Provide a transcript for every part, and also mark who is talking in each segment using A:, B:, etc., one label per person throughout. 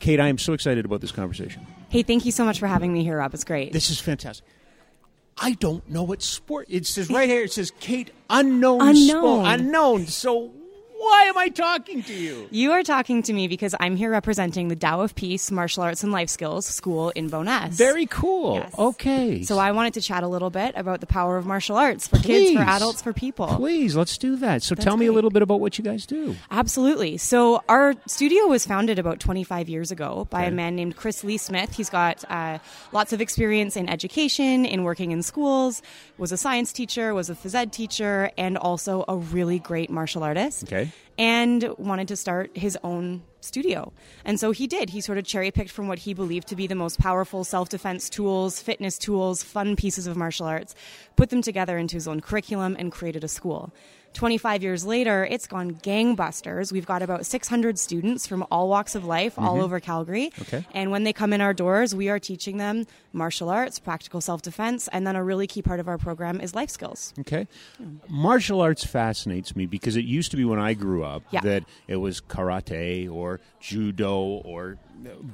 A: Kate, I am so excited about this conversation.
B: Hey, thank you so much for having me here, Rob. It's great.
A: This is fantastic. I don't know what sport. It says right here. It says Kate unknown.
B: Unknown.
A: Sport, unknown. So why am I talking to you?
B: you are talking to me because I'm here representing the Tao of Peace Martial Arts and Life Skills School in Boness.
A: Very cool.
B: Yes.
A: Okay.
B: So I wanted to chat a little bit about the power of martial arts for kids, for
A: Please.
B: adults, for people.
A: Please let's do that. So tell me a
B: great.
A: little bit about what you guys do.
B: Absolutely. So our studio was founded about 25 years ago by a man named Chris Lee Smith. He's got uh, lots of experience in education, in working in schools, was a science teacher, was a phys ed teacher, and also a really great martial artist.
A: Okay.
B: And wanted to start his own studio. And so he did. He sort of cherry picked from what he believed to be the most powerful self defense tools, fitness tools, fun pieces of martial arts, put them together into his own curriculum, and created a school. 25 years later, it's gone gangbusters. We've got about 600 students from all walks of life, all over Calgary.
A: Okay.
B: And when they come in our doors, we are teaching them martial arts, practical self defense, and then a really key part of our program is life skills.
A: Okay. Martial arts fascinates me because it used to be when I grew up
B: Yeah.
A: that it was karate or judo or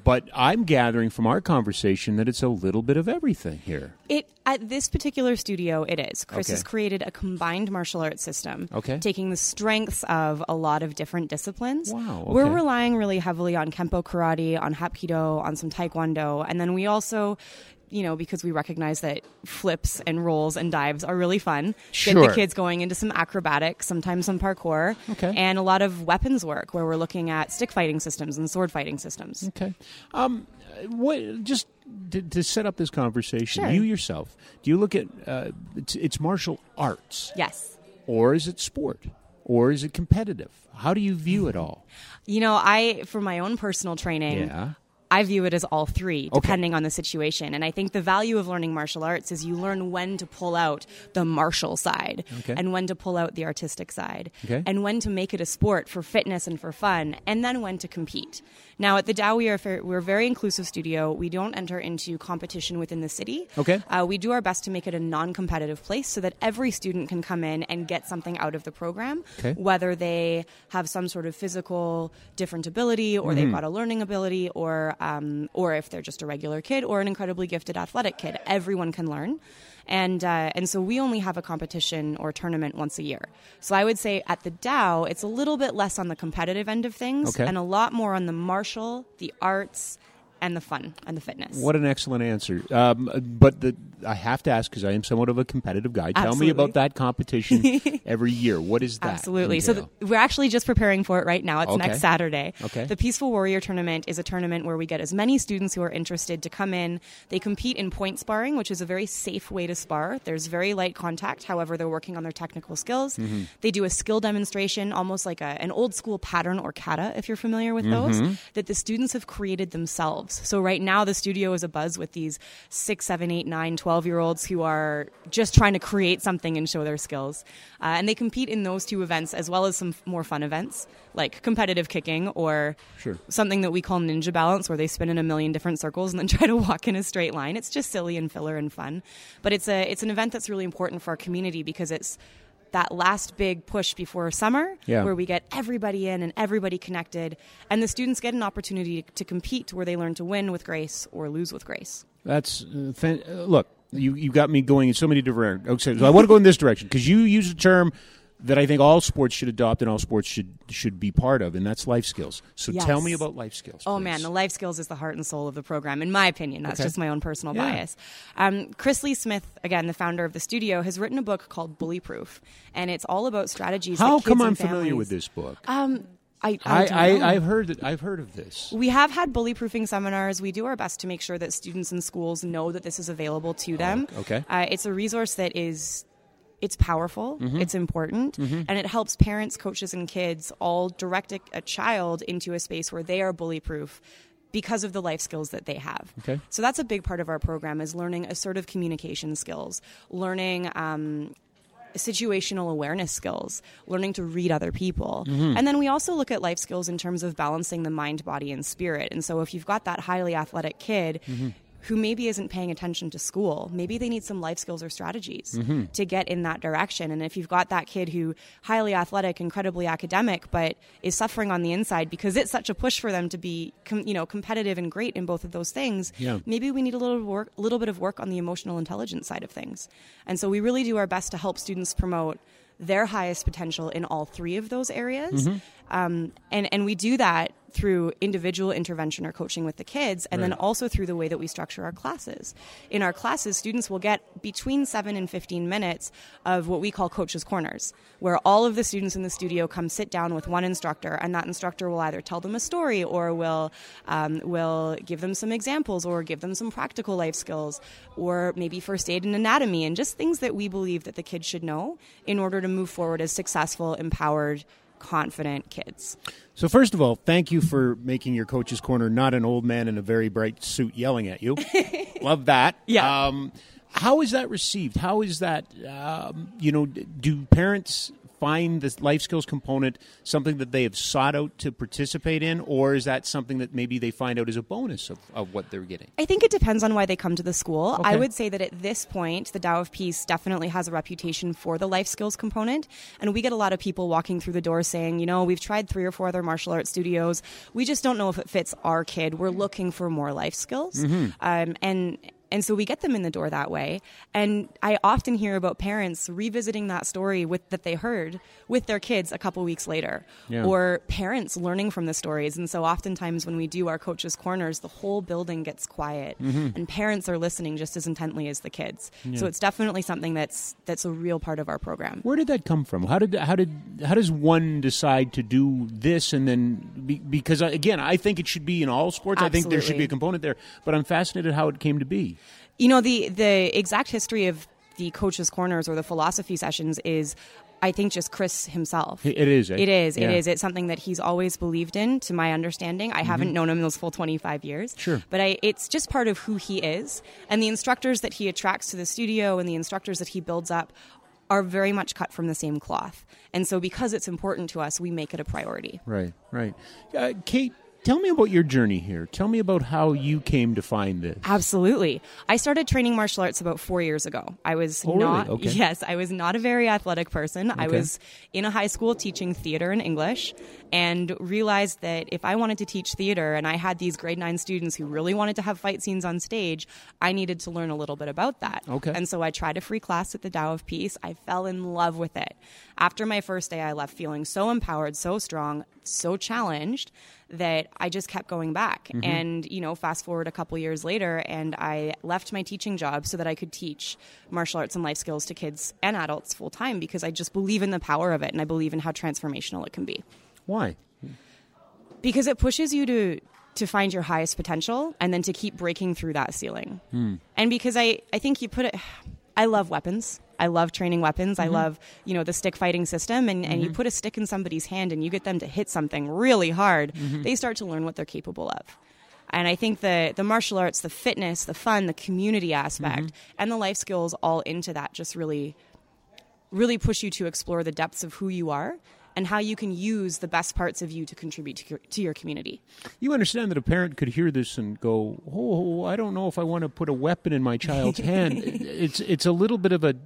A: but I'm gathering from our conversation that it's a little bit of everything here.
B: It at this particular studio, it is. Chris
A: Okay.
B: has created a combined martial arts system,
A: Okay.
B: taking the strengths of a lot of different disciplines.
A: Wow,
B: We're
A: okay.
B: relying really heavily on kempo karate, on hapkido, on some taekwondo, and then we also. You know, because we recognize that flips and rolls and dives are really fun. Get
A: Sure.
B: the kids going into some acrobatics, sometimes some parkour,
A: Okay.
B: and a lot of weapons work where we're looking at stick fighting systems and sword fighting systems.
A: Okay. Um what just to, to set up this conversation,
B: Sure.
A: you yourself, do you look at uh, it's, it's martial arts
B: Yes.
A: or is it sport or is it competitive? How do you view it all?
B: You know, I, for my own personal training, I view it as all three, depending on the situation. And I think the value of learning martial arts is you learn when to pull out the martial side
A: Okay.
B: and when to pull out the artistic side
A: Okay.
B: and when to make it a sport for fitness and for fun and then when to compete. Now, at the Dow, we are fair, we're a very inclusive studio. We don't enter into competition within the city.
A: Okay.
B: Uh, we do our best to make it a non competitive place so that every student can come in and get something out of the program,
A: Okay.
B: whether they have some sort of physical different ability or
A: Mm-hmm.
B: they've got a learning ability or, um, or if they're just a regular kid or an incredibly gifted athletic kid. Everyone can learn. And, uh, and so we only have a competition or tournament once a year. So I would say at the Dow, it's a little bit less on the competitive end of things
A: Okay.
B: and a lot more on the martial, the arts, and the fun and the fitness.
A: What an excellent answer! Um, but the, I have to ask because I am somewhat of a competitive guy. Tell me
B: Absolutely.
A: about that competition every year. What is that?
B: Absolutely. So
A: entail?
B: th- we're actually just preparing for it right now. It's
A: Okay.
B: next Saturday.
A: Okay.
B: The Peaceful Warrior Tournament is a tournament where we get as many students who are interested to come in. They compete in point sparring, which is a very safe way to spar. There's very light contact. However, they're working on their technical skills.
A: Mm-hmm.
B: They do a skill demonstration, almost like a, an old school pattern or kata, if you're familiar with those, that the students have created themselves. So right now, the studio is abuzz with these six, seven, eight, nine, 12 year olds who are just trying to create something and show their skills. Uh, and they compete in those two events as well as some f- more fun events like competitive kicking or
A: Sure.
B: something that we call ninja balance where they spin in a million different circles and then try to walk in a straight line. It's just silly and filler and fun. But it's a it's an event that's really important for our community because it's that last big push before summer
A: Yeah.
B: where we get everybody in and everybody connected and the students get an opportunity to compete where they learn to win with grace or lose with grace.
A: that's uh, fan- uh, look. You you got me going in so many different. Okay, so I want to go in this direction because you use a term that I think all sports should adopt and all sports should should be part of, and that's life skills. So
B: Yes.
A: tell me about life skills.
B: Oh
A: please.
B: man, the life skills is the heart and soul of the program, in my opinion. That's
A: Okay.
B: just my own personal
A: Yeah.
B: bias. Um, Chris Lee Smith, again, the founder of the studio, has written a book called Bully Proof, and it's all about strategies. that
A: How
B: kids
A: come
B: and
A: I'm familiar
B: families-
A: with this book?
B: Um, I, I,
A: I,
B: don't know.
A: I I've heard that I've heard of this.
B: We have had bully proofing seminars. We do our best to make sure that students in schools know that this is available to them.
A: Oh, okay.
B: Uh, it's a resource that is. It's powerful,
A: Mm-hmm.
B: it's important, and it helps parents, coaches, and kids all direct a, a child into a space where they are bully proof because of the life skills that they have.
A: Okay.
B: So that's a big part of our program is learning assertive communication skills, learning um, situational awareness skills, learning to read other people. And then we also look at life skills in terms of balancing the mind, body, and spirit. And so if you've got that highly athletic kid, who maybe isn't paying attention to school. Maybe they need some life skills or strategies to get in that direction. And if you've got that kid who highly athletic, incredibly academic, but is suffering on the inside because it's such a push for them to be, com- you know, competitive and great in both of those things,
A: Yeah.
B: maybe we need a little work, little bit of work on the emotional intelligence side of things. And so we really do our best to help students promote their highest potential in all three of those areas. Um, and, and we do that through individual intervention or coaching with the kids, and then also through the way that we structure our classes. In our classes, students will get between 7 and 15 minutes of what we call coaches' corners, where all of the students in the studio come sit down with one instructor, and that instructor will either tell them a story or will, um, will give them some examples or give them some practical life skills or maybe first aid and anatomy and just things that we believe that the kids should know in order to move forward as successful, empowered, confident kids.
A: So first of all, thank you for making your coach's corner not an old man in a very bright suit yelling at you. Love that.
B: Yeah.
A: Um, how is that received? How is that? Um, you know, d- do parents find this life skills component something that they have sought out to participate in, or is that something that maybe they find out as a bonus of, of what they're getting?
B: I think it depends on why they come to the school.
A: Okay.
B: I would say that at this point, the Tao of Peace definitely has a reputation for the life skills component. And we get a lot of people walking through the door saying, you know, we've tried three or four other martial arts studios. We just don't know if it fits our kid. We're looking for more life skills. Um, and and so we get them in the door that way. And I often hear about parents revisiting that story with that they heard with their kids a couple weeks later,
A: Yeah.
B: or parents learning from the stories. And so oftentimes when we do our coaches' corners, the whole building gets quiet, and parents are listening just as intently as the kids. So it's definitely something that's that's a real part of our program.
A: Where did that come from? How did how did how does one decide to do this and then be, because I- again, I think it should be in all sports. I think there should be
B: Absolutely.
A: a component there, but I'm fascinated how it came to be.
B: You know, the the exact history of the coaches' corners or the philosophy sessions is, I think, just Chris himself.
A: It is. eh?
B: It is.
A: Yeah.
B: It is. It's something that he's always believed in, to my understanding. I haven't known him those full 25 years.
A: Mm-hmm. Sure.
B: But I, it's just part of who he is. And the instructors that he attracts to the studio and the instructors that he builds up are very much cut from the same cloth. And so, because it's important to us, we make it a priority.
A: Right, right. Uh, Kate, tell me about your journey here. Tell me about how you came to find this.
B: Absolutely. I started training martial arts about four years ago. I was
A: Oh, really?
B: not,
A: Okay.
B: yes, I was not a very athletic person. I
A: Okay.
B: was in a high school teaching theater and English and realized that if I wanted to teach theater and I had these grade nine students who really wanted to have fight scenes on stage, I needed to learn a little bit about that.
A: Okay.
B: And so I tried a free class at the Tao of Peace. I fell in love with it. After my first day, I left feeling so empowered, so strong, so challenged that I just kept going back. And, you know, fast forward a couple years later, and I left my teaching job so that I could teach martial arts and life skills to kids and adults full time because I just believe in the power of it and I believe in how transformational it can be
A: Why?
B: because it pushes you to to find your highest potential and then to keep breaking through that ceiling and because i i think you put it i love weapons i love training weapons i love you know the stick fighting system and, and you put a stick in somebody's hand and you get them to hit something really hard they start to learn what they're capable of and I think the the martial arts, the fitness, the fun, the community aspect, and the life skills all into that just really really push you to explore the depths of who you are and how you can use the best parts of you to contribute to your, to your community.
A: You understand that a parent could hear this and go, "Oh, I don't know if I want to put a weapon in my child's hand." It's it's a little bit of a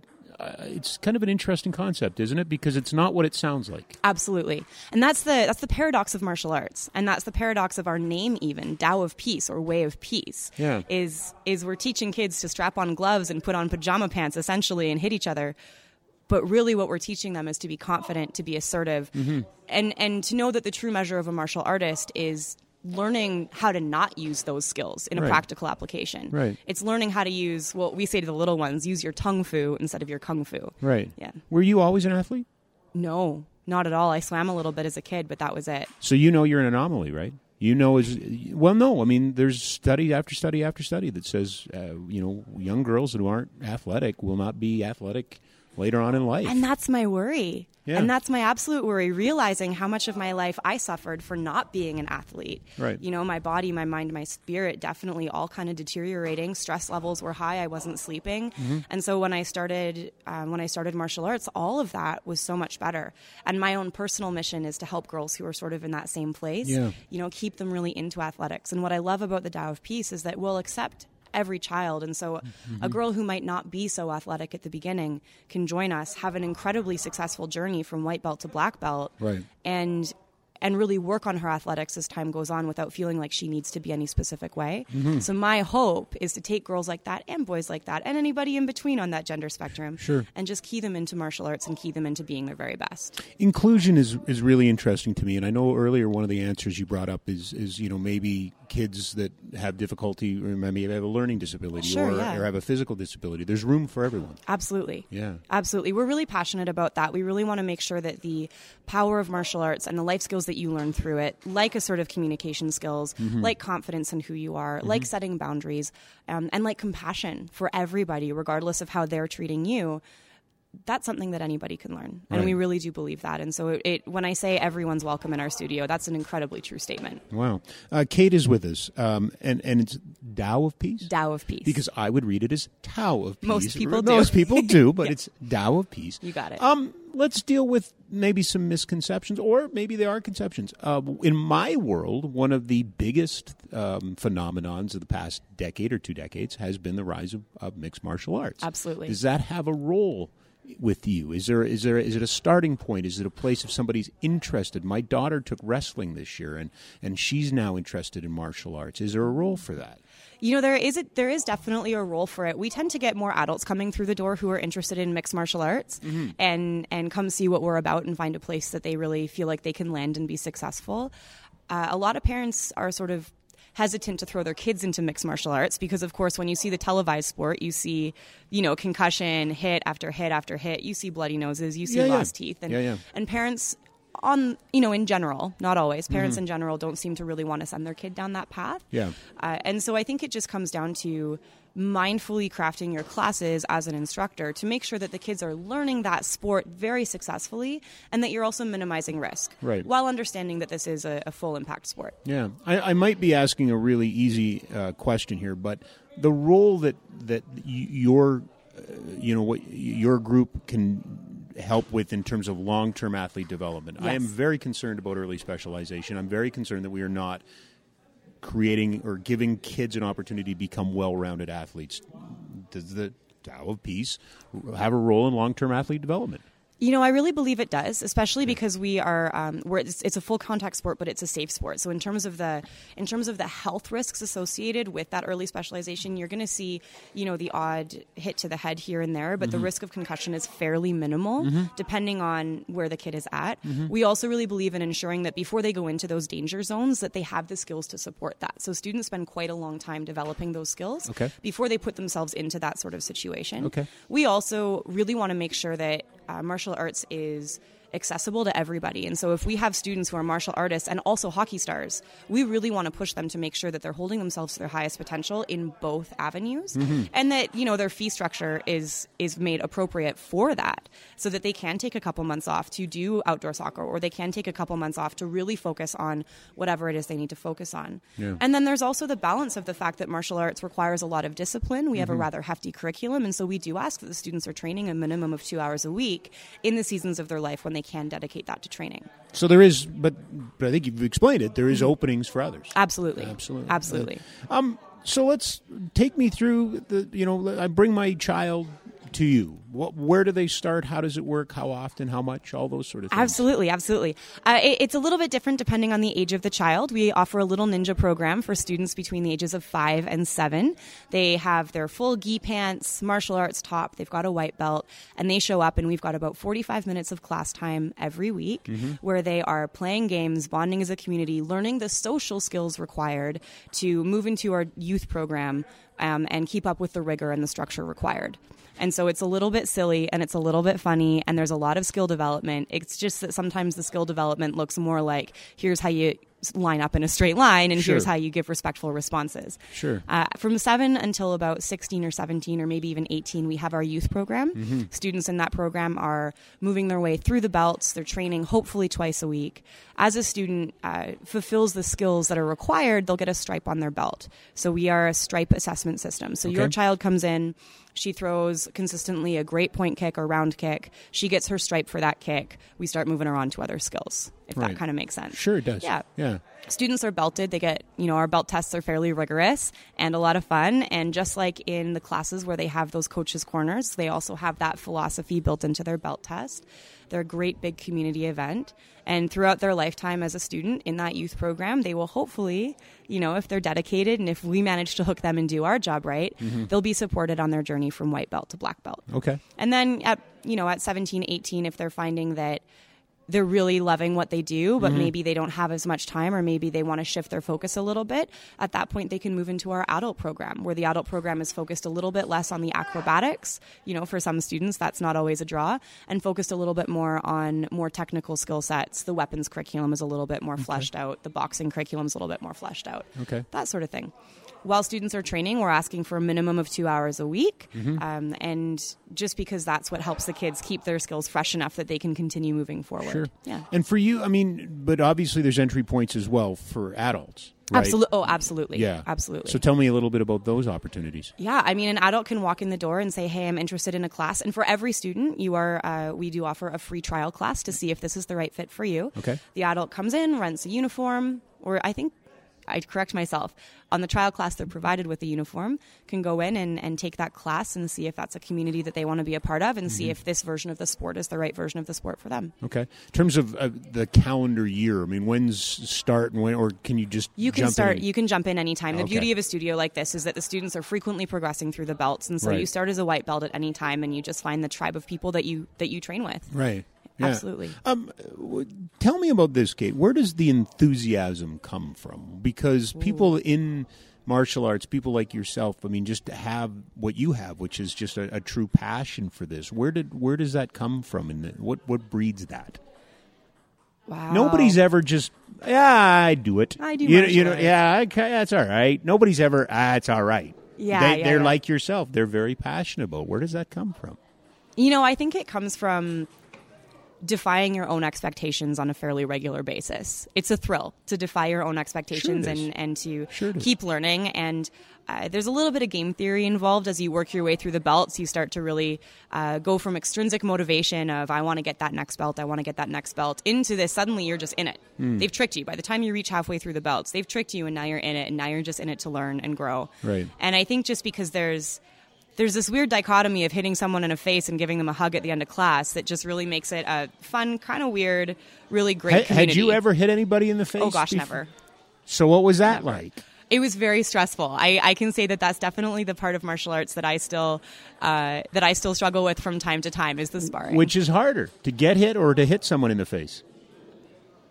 A: uh, it's kind of an interesting concept, isn't it? Because it's not what it sounds like.
B: Absolutely. And that's the that's the paradox of martial arts. And that's the paradox of our name even, Tao of Peace or Way of Peace.
A: Yeah.
B: Is is we're teaching kids to strap on gloves and put on pajama pants essentially and hit each other. But really what we're teaching them is to be confident, to be assertive,
A: Mm-hmm.
B: and and to know that the true measure of a martial artist is learning how to not use those skills in a
A: Right.
B: practical application.
A: Right.
B: It's learning how to use well we say to the little ones, use your tung fu instead of your kung fu.
A: Right.
B: Yeah.
A: Were you always an athlete?
B: No, not at all. I swam a little bit as a kid, but that was it.
A: So you know you're an anomaly, right? You know is well, no. I mean, there's study after study after study that says, uh, you know, young girls who aren't athletic will not be athletic later on in life.
B: And that's my worry.
A: Yeah.
B: And that's my absolute worry, realizing how much of my life I suffered for not being an athlete.
A: Right.
B: You know, my body, my mind, my spirit definitely all kind of deteriorating. Stress levels were high. I wasn't sleeping.
A: Mm-hmm.
B: And so when I started, um, when I started martial arts, all of that was so much better. And my own personal mission is to help girls who are sort of in that same place,
A: Yeah.
B: you know, keep them really into athletics. And what I love about the Tao of Peace is that we'll accept every child. And so
C: Mm-hmm.
B: a girl who might not be so athletic at the beginning can join us, have an incredibly successful journey from white belt to black belt.
C: Right.
B: And and really work on her athletics as time goes on without feeling like she needs to be any specific way.
C: Mm-hmm.
B: So my hope is to take girls like that and boys like that and anybody in between on that gender spectrum
C: Sure.
B: and just key them into martial arts and key them into being their very best.
A: inclusion is is really interesting to me and i know earlier one of the answers you brought up is is you know maybe kids that have difficulty or maybe have a learning disability
B: Sure,
A: or,
B: yeah.
A: or have a physical disability there's room for everyone
B: Absolutely.
A: Yeah.
B: Absolutely. We're really passionate about that. We really want to make sure that the power of martial arts and the life skills that you learn through it, like assertive communication skills,
A: Mm-hmm.
B: like confidence in who you are, like setting boundaries, um, and like compassion for everybody, regardless of how they're treating you. That's something that anybody can learn. And
A: Right.
B: we really do believe that. And so, it, it, when I say everyone's welcome in our studio, that's an incredibly true statement.
A: wow uh, kate is with us um, and and it's Tao of peace
B: Tao of peace.
A: because I would read it as Tao of Peace.
B: Most people do.
A: Most people do, but it's Tao of Peace.
B: You got it.
A: Um, let's deal with maybe some misconceptions, or maybe they are conceptions. Uh, in my world, one of the biggest um, phenomenons of the past decade or two decades has been the rise of, of mixed martial arts.
B: Absolutely.
A: Does that have a role? With you, is there is there is it a starting point? Is it a place if somebody's interested? My daughter took wrestling this year, and and she's now interested in martial arts. Is there a role for that?
B: You know, there is a, there is definitely a role for it. We tend to get more adults coming through the door who are interested in mixed martial arts
A: Mm-hmm.
B: and and come see what we're about and find a place that they really feel like they can land and be successful. Uh, a lot of parents are sort of hesitant to throw their kids into mixed martial arts because of course when you see the televised sport you see you know concussion hit after hit after hit you see bloody noses you see
A: Yeah, yeah.
B: lost teeth and
A: Yeah, yeah.
B: and parents on you know in general not always parents in general don't seem to really want to send their kid down that path
A: Mm-hmm. Yeah.
B: uh, and so I think it just comes down to mindfully crafting your classes as an instructor to make sure that the kids are learning that sport very successfully and that you're also minimizing risk
A: Right.
B: while understanding that this is a, a full impact sport.
A: Yeah, I, I might be asking a really easy uh, question here, but the role that that y- your uh, you know what your group can help with in terms of long term athlete development. I am
B: Yes.
A: very concerned about early specialization. I'm very concerned that we are not creating or giving kids an opportunity to become well rounded athletes. Does the Tao of Peace have a role in long term athlete development?
B: You know, I really believe it does, especially because we are um, we're, it's, it's a full contact sport, but it's a safe sport. So in terms of the in terms of the health risks associated with that early specialization, you're going to see you know the odd hit to the head here and there, but the risk of concussion is fairly minimal depending on where the kid is at. We also really believe in ensuring that before they go into those danger zones, that they have the skills to support that. So students spend quite a long time developing those skills
A: Okay.
B: before they put themselves into that sort of situation.
A: Okay.
B: We also really want to make sure that uh, martial arts is accessible to everybody. And so if we have students who are martial artists and also hockey stars, we really want to push them to make sure that they're holding themselves to their highest potential in both avenues and that, you know, their fee structure is is made appropriate for that so that they can take a couple months off to do outdoor soccer or they can take a couple months off to really focus on whatever it is they need to focus on.
A: Yeah.
B: And then there's also the balance of the fact that martial arts requires a lot of discipline. We have a
A: Mm-hmm.
B: rather hefty curriculum, and so we do ask that the students are training a minimum of two hours a week in the seasons of their life when they can dedicate that to training.
A: So there is, but but I think you've explained it. There is openings for others.
B: Absolutely.
A: Absolutely.
B: Absolutely.
A: Um, so let's take me through the. You know, I bring my child to you. What, where do they start? How does it work? How often? How much? All those sort of things.
B: Absolutely, absolutely. Uh, it- it's a little bit different depending on the age of the child. We offer a little ninja program for students between the ages of five and seven. They have their full gi pants, martial arts top, they've got a white belt, and they show up, and we've got about 45 minutes of class time every week where they are playing games, bonding as a community, learning the social skills required to move into our youth program um, and keep up with the rigor and the structure required. And so it's a little bit silly and it's a little bit funny, and there's a lot of skill development. It's just that sometimes the skill development looks more like here's how you s- line up in a straight line, and
A: Sure.
B: here's how you give respectful responses.
A: Sure.
B: Uh, from seven until about 16 or 17, or maybe even 18, we have our youth program.
A: Mm-hmm.
B: Students in that program are moving their way through the belts. They're training hopefully twice a week. As a student uh, fulfills the skills that are required, they'll get a stripe on their belt. So we are a stripe assessment system. So your
A: Okay.
B: child comes in, she throws consistently a great point kick or round kick. She gets her stripe for that kick. We start moving her on to other skills, if
A: Right.
B: that kind of makes sense.
A: Sure, it does.
B: Yeah.
A: Yeah.
B: students are belted they get you know our belt tests are fairly rigorous and a lot of fun and just like in the classes where they have those coaches corners they also have that philosophy built into their belt test they're a great big community event and throughout their lifetime as a student in that youth program they will hopefully you know if they're dedicated and if we manage to hook them and do our job right they'll be supported on their journey from white belt to black belt
A: Okay.
B: and then at you know at 17 18 if they're finding that they're really loving what they do but maybe they don't have as much time or maybe they want to shift their focus a little bit at that point they can move into our adult program where the adult program is focused a little bit less on the acrobatics you know for some students that's not always a draw and focused a little bit more on more technical skill sets the weapons curriculum is a little bit more fleshed out the boxing curriculum is a little bit more fleshed out
A: Okay.
B: that sort of thing. While students are training, we're asking for a minimum of two hours a week.
A: Mm-hmm.
B: Um, and just because that's what helps the kids keep their skills fresh enough that they can continue moving forward.
A: Sure.
B: Yeah.
A: And for you, I mean, but obviously there's entry points as well for adults. Right?
B: Absolutely. Oh, absolutely.
A: Yeah.
B: Absolutely.
A: So tell me a little bit about those opportunities.
B: yeah, I mean, an adult can walk in the door and say, "Hey, I'm interested in a class." And for every student, you are uh, we do offer a free trial class to see if this is the right fit for you.
A: Okay.
B: The adult comes in, rents a uniform, or I think I correct myself. On the trial class, they're provided with a uniform, can go in and, and take that class and see if that's a community that they want to be a part of and see if this version of the sport is the right version of the sport for them.
A: Okay. In terms of uh, the calendar year, I mean, when's start and when, or can you just
B: You can
A: jump in
B: start.
A: and-
B: You can jump in anytime. The
A: Okay.
B: beauty of a studio like this is that the students are frequently progressing through the belts, and so
A: Right.
B: you start as a white belt at any time, and you just find the tribe of people that you that you train with.
A: right. Yeah.
B: Absolutely.
A: Um, w- tell me about this, Kate. Where does the enthusiasm come from? Because people in martial arts, people like yourself, I mean, just to have what you have, which is just a, a true passion for this. Where did where does that come from, and what what breeds that?
B: Wow.
A: Nobody's ever just yeah, I do it.
B: Oh. I do
A: You,
B: martial
A: you know,
B: arts.
A: yeah, okay, that's all right. Nobody's ever ah, it's all right.
B: Yeah,
A: they,
B: yeah,
A: they're
B: yeah.
A: like yourself. They're very passionate about. Where does that come from?
B: You know, I think it comes from defying your own expectations on a fairly regular basis. It's a thrill to defy your own expectations
A: Sure it is.
B: and, and to
A: Sure it is.
B: keep learning. And uh, there's a little bit of game theory involved as you work your way through the belts. You start to really uh, go from extrinsic motivation of, I want to get that next belt, I want to get that next belt, into this suddenly you're just in it.
A: Hmm.
B: They've tricked you. By the time you reach halfway through the belts, they've tricked you and now you're in it and now you're just in it to learn and grow.
A: Right.
B: And I think just because there's there's this weird dichotomy of hitting someone in the face and giving them a hug at the end of class that just really makes it a fun, kind of weird, really great.
A: Ha- had
B: community.
A: you ever hit anybody in the face?
B: Oh gosh,
A: bef-
B: never.
A: So what was that like?
B: It was very stressful. I, I can say that that's definitely the part of martial arts that I still uh, that I still struggle with from time to time is the sparring.
A: Which is harder, to get hit or to hit someone in the face?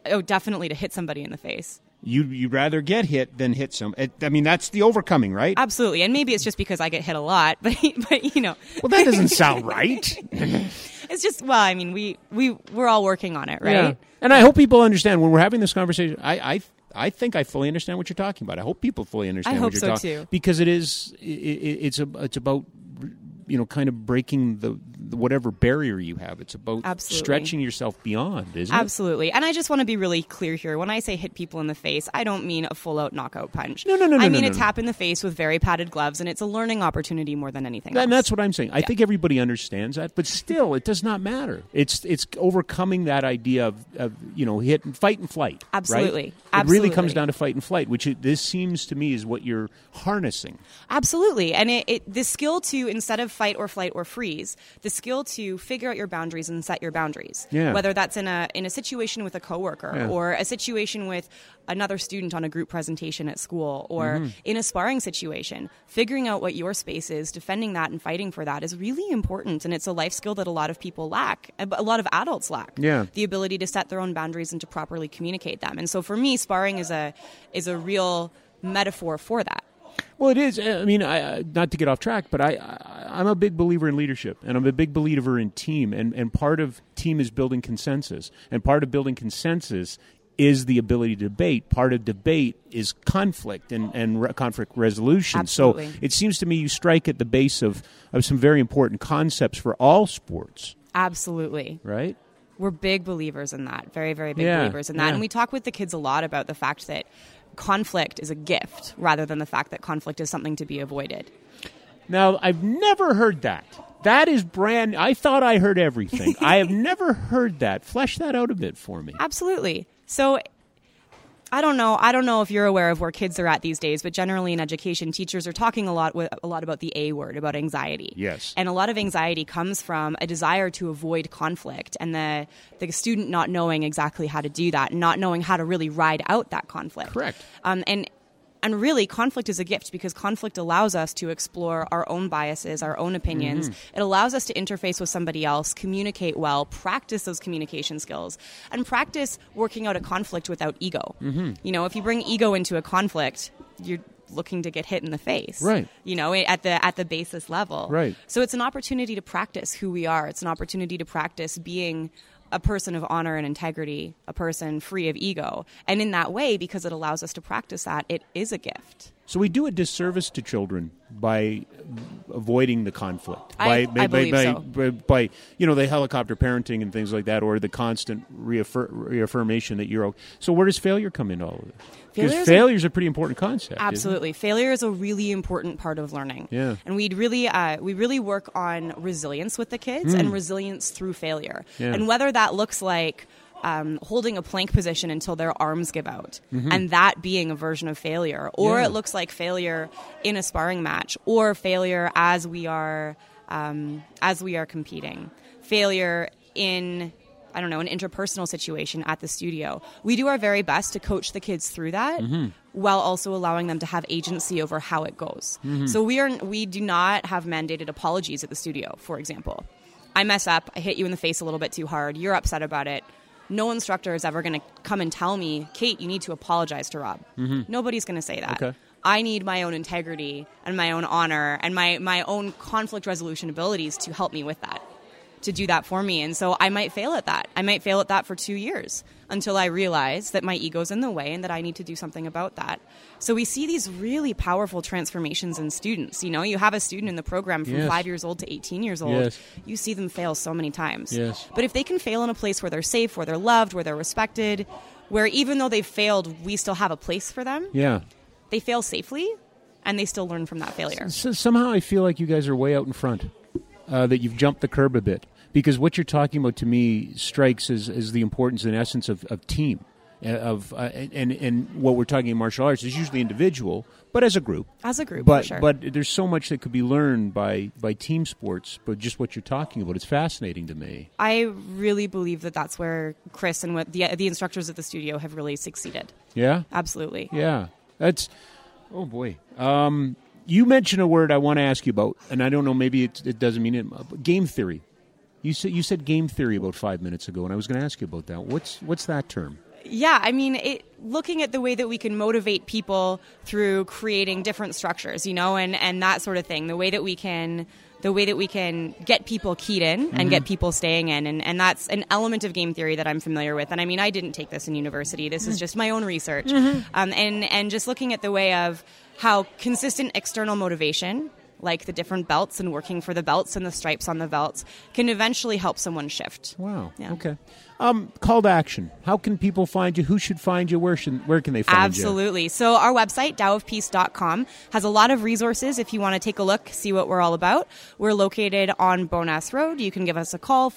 B: oh, definitely to hit somebody in the face.
A: You you'd rather get hit than hit some. it- I mean, that's the overcoming, right?
B: Absolutely, and maybe it's just because I get hit a lot, but but you know,
A: well, that doesn't sound right.
B: it's just well, I mean, we we we're all working on it, right?
A: Yeah. And I hope people understand when we're having this conversation. I, I, I think I fully understand what you're talking about. I hope people fully understand.
B: I
A: what
B: hope
A: you're
B: so,
A: talking-
B: too.
A: Because it is, i i it's a, it's about you know kind of breaking the, the whatever barrier you have. It's about
B: Absolutely.
A: stretching yourself beyond, isn't
B: Absolutely. And I just want to be really clear here. When I say hit people in the face, I don't mean a full out knockout punch.
A: No, no, no, no,
B: I
A: no,
B: mean
A: no,
B: a
A: no.
B: tap in the face with very padded gloves, and it's a learning opportunity more than anything
A: it? And
B: else.
A: that's what I'm saying. I think everybody understands that, but still, it does not matter. It's it's overcoming that idea of, of you know hit and fight and flight. right?
B: Absolutely.
A: It really comes
B: Absolutely.
A: down to fight and flight, which it, this seems to me is what you're harnessing.
B: Absolutely. And it, it, the skill to, instead of fight or flight or freeze, the skill to figure out your boundaries and set your boundaries.
A: Yeah.
B: Whether that's in a, in a situation with a coworker
A: Yeah.
B: or a situation with another student on a group presentation at school or
A: Mm-hmm.
B: in a sparring situation, figuring out what your space is, defending that and fighting for that is really important. And it's a life skill that a lot of people lack, a a lot of adults lack.
A: Yeah.
B: The ability to set their own boundaries and to properly communicate them. And so for me, sparring is a, is a real metaphor for that.
A: Well, it is. Eh, I mean, I, I- not to get off track, but I, I, I'm a big believer in leadership, and I'm a big believer in team, and, and part of team is building consensus, and part of building consensus is the ability to debate. Part of debate is conflict and, and re- conflict resolution. So
B: Absolutely.
A: it seems to me you strike at the base of, of some very important concepts for all sports,
B: Absolutely.
A: right?
B: We're big believers in that. Very, very big
A: Yeah,
B: believers in that.
A: yeah.
B: And we talk with the kids a lot about the fact that conflict is a gift rather than the fact that conflict is something to be avoided.
A: Now, I've never heard that. That is brand. I thought I heard everything. I have never heard that. Flesh that out a bit for me.
B: Absolutely. So I don't know. I don't know if you're aware of where kids are at these days, but generally in education, teachers are talking a lot with, a lot about the A word, about anxiety.
A: Yes.
B: And a lot of anxiety comes from a desire to avoid conflict and the the student not knowing exactly how to do that, and not knowing how to really ride out that conflict.
A: Correct.
B: Um, and and really, conflict is a gift because conflict allows us to explore our own biases, our own opinions.
A: Mm-hmm.
B: It allows us to interface with somebody else, communicate well, practice those communication skills, and practice working out a conflict without ego.
A: Mm-hmm.
B: You know, if you bring ego into a conflict, you're looking to get hit in the face
A: Right.
B: you know at the at the basis level
A: Right.
B: so it's an opportunity to practice who we are it's an opportunity to practice being a person of honor and integrity a person free of ego and in that way because it allows us to practice that it is a gift
A: So we do a disservice to children by avoiding the conflict.
B: I-
A: by, by,
B: I believe
A: by,
B: so.
A: by, by, you know the helicopter parenting and things like that, or the constant reaffir- reaffirmation that you're okay. So where does failure come into all of this?
B: Failure
A: Because
B: is a-
A: failure is a pretty important concept. isn't it?
B: Absolutely, failure is a really important part of learning.
A: Yeah.
B: and we'd really uh, we really work on resilience with the kids and resilience through failure,
A: Hmm. Yeah.
B: and whether that looks like. Um, holding a plank position until their arms give out, and that being a version of failure, or
A: Mm-hmm. Yeah.
B: it looks like failure in a sparring match, or failure as we are um, as we are competing, failure in I don't know an interpersonal situation at the studio. We do our very best to coach the kids through that while also allowing them to have agency over how it goes. So we are we do not have mandated apologies at the studio, for example. I mess up, I hit you in the face a little bit too hard, you're upset about it. No instructor is ever going to come and tell me, Kate, you need to apologize to Rob. Nobody's going to say that.
A: Okay.
B: I need my own integrity and my own honor and my, my own conflict resolution abilities to help me with that, to do that for me. And so I might fail at that. I might fail at that for two years until I realize that my ego's in the way and that I need to do something about that. So we see these really powerful transformations in students. You know, you have a student in the program from
A: Yes.
B: five years old to 18 years old.
A: Yes.
B: You see them fail so many times.
A: Yes.
B: But if they can fail in a place where they're safe, where they're loved, where they're respected, where even though they've failed, we still have a place for them
A: Yeah.
B: they fail safely and they still learn from that failure.
A: So somehow I feel like you guys are way out in front, uh, that you've jumped the curb a bit. Because what you're talking about to me strikes as, as the importance and essence of, of team. uh, Of uh, and and what we're talking in martial arts is usually individual, but as a group.
B: As a group,
A: but
B: for sure.
A: but there's so much that could be learned by by team sports. But just what you're talking about, it's fascinating to me.
B: I really believe that that's where Chris and what the, the instructors at the studio have really succeeded.
A: Yeah,
B: Uh, Absolutely.
A: yeah. That's oh boy. Um, you mentioned a word I want to ask you about, and I don't know. Maybe it, it doesn't mean it. uh, but Game theory. You said you said game theory about five minutes ago, and I was going to ask you about that. What's what's that term?
B: Yeah, I mean, it, looking at the way that we can motivate people through creating different structures, you know, and, and that sort of thing, the way that we can the way that we can get people keyed in and get people staying in and, and that's an element of game theory that i'm familiar with and i mean i didn't take this in university this is just my own research um, and, and just looking at the way of how consistent external motivation like the different belts and working for the belts and the stripes on the belts can eventually help someone shift
A: Wow.
B: Yeah.
A: Okay. Um, call to action. How can people find you? Who should find you? Where should, where can they find you?
B: Absolutely. So our website, dowofpeace.com, has a lot of resources if you want to take a look, see what we're all about. We're located on Bonas Road. You can give us a call,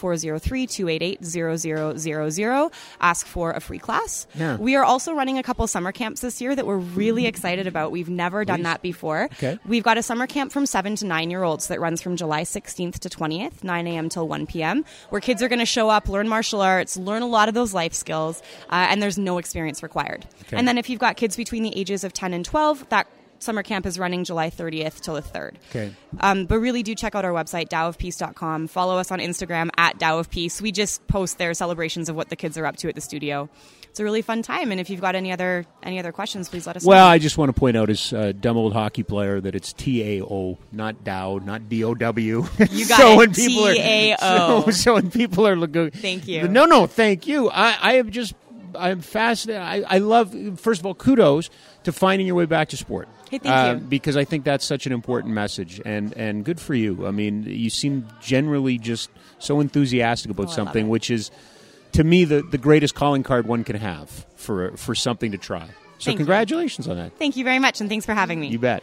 B: 403-288-0000. Ask for a free class.
A: Yeah. Mm.
B: We are also running a couple summer camps this year that we're really excited about. We've never done that before.
A: Okay.
B: We've got a summer camp from 7 to 9-year-olds that runs from July 16th to 20th, 9 a.m. till 1 p.m., where kids are going to show up, learn martial arts, learn a lot of those life skills, uh, and there's no experience required.
A: Okay.
B: And then if you've got kids between the ages of 10 and 12, that summer camp is running July 30th till the 3rd.
A: Okay.
B: Um, but really do check out our website, dowofpeace.com. Follow us on Instagram at dowofpeace. We just post their celebrations of what the kids are up to at the studio. It's a really fun time. And if you've got any other any other questions, please let us
A: Well,
B: know.
A: I just want to point out, as a dumb old hockey player, that it's T A O, not Dow, not D O W.
B: You got it. T.A.O..
A: So, so when people are looking,
B: Thank you.
A: No, no, thank you. I, I am just, I am fascinated. I, I love. First of all, kudos to finding your way back to sport.
B: Hey, thank
A: Uh,
B: you.
A: Because I think that's such an important message, and and good for you. I mean, you seem generally just so enthusiastic about
B: Oh, I love
A: something,
B: it.
A: which is to me the, the greatest calling card one can have for for something to try. So
B: Thank you.
A: congratulations on that.
B: Thank you very much, and thanks for having me.
A: You bet.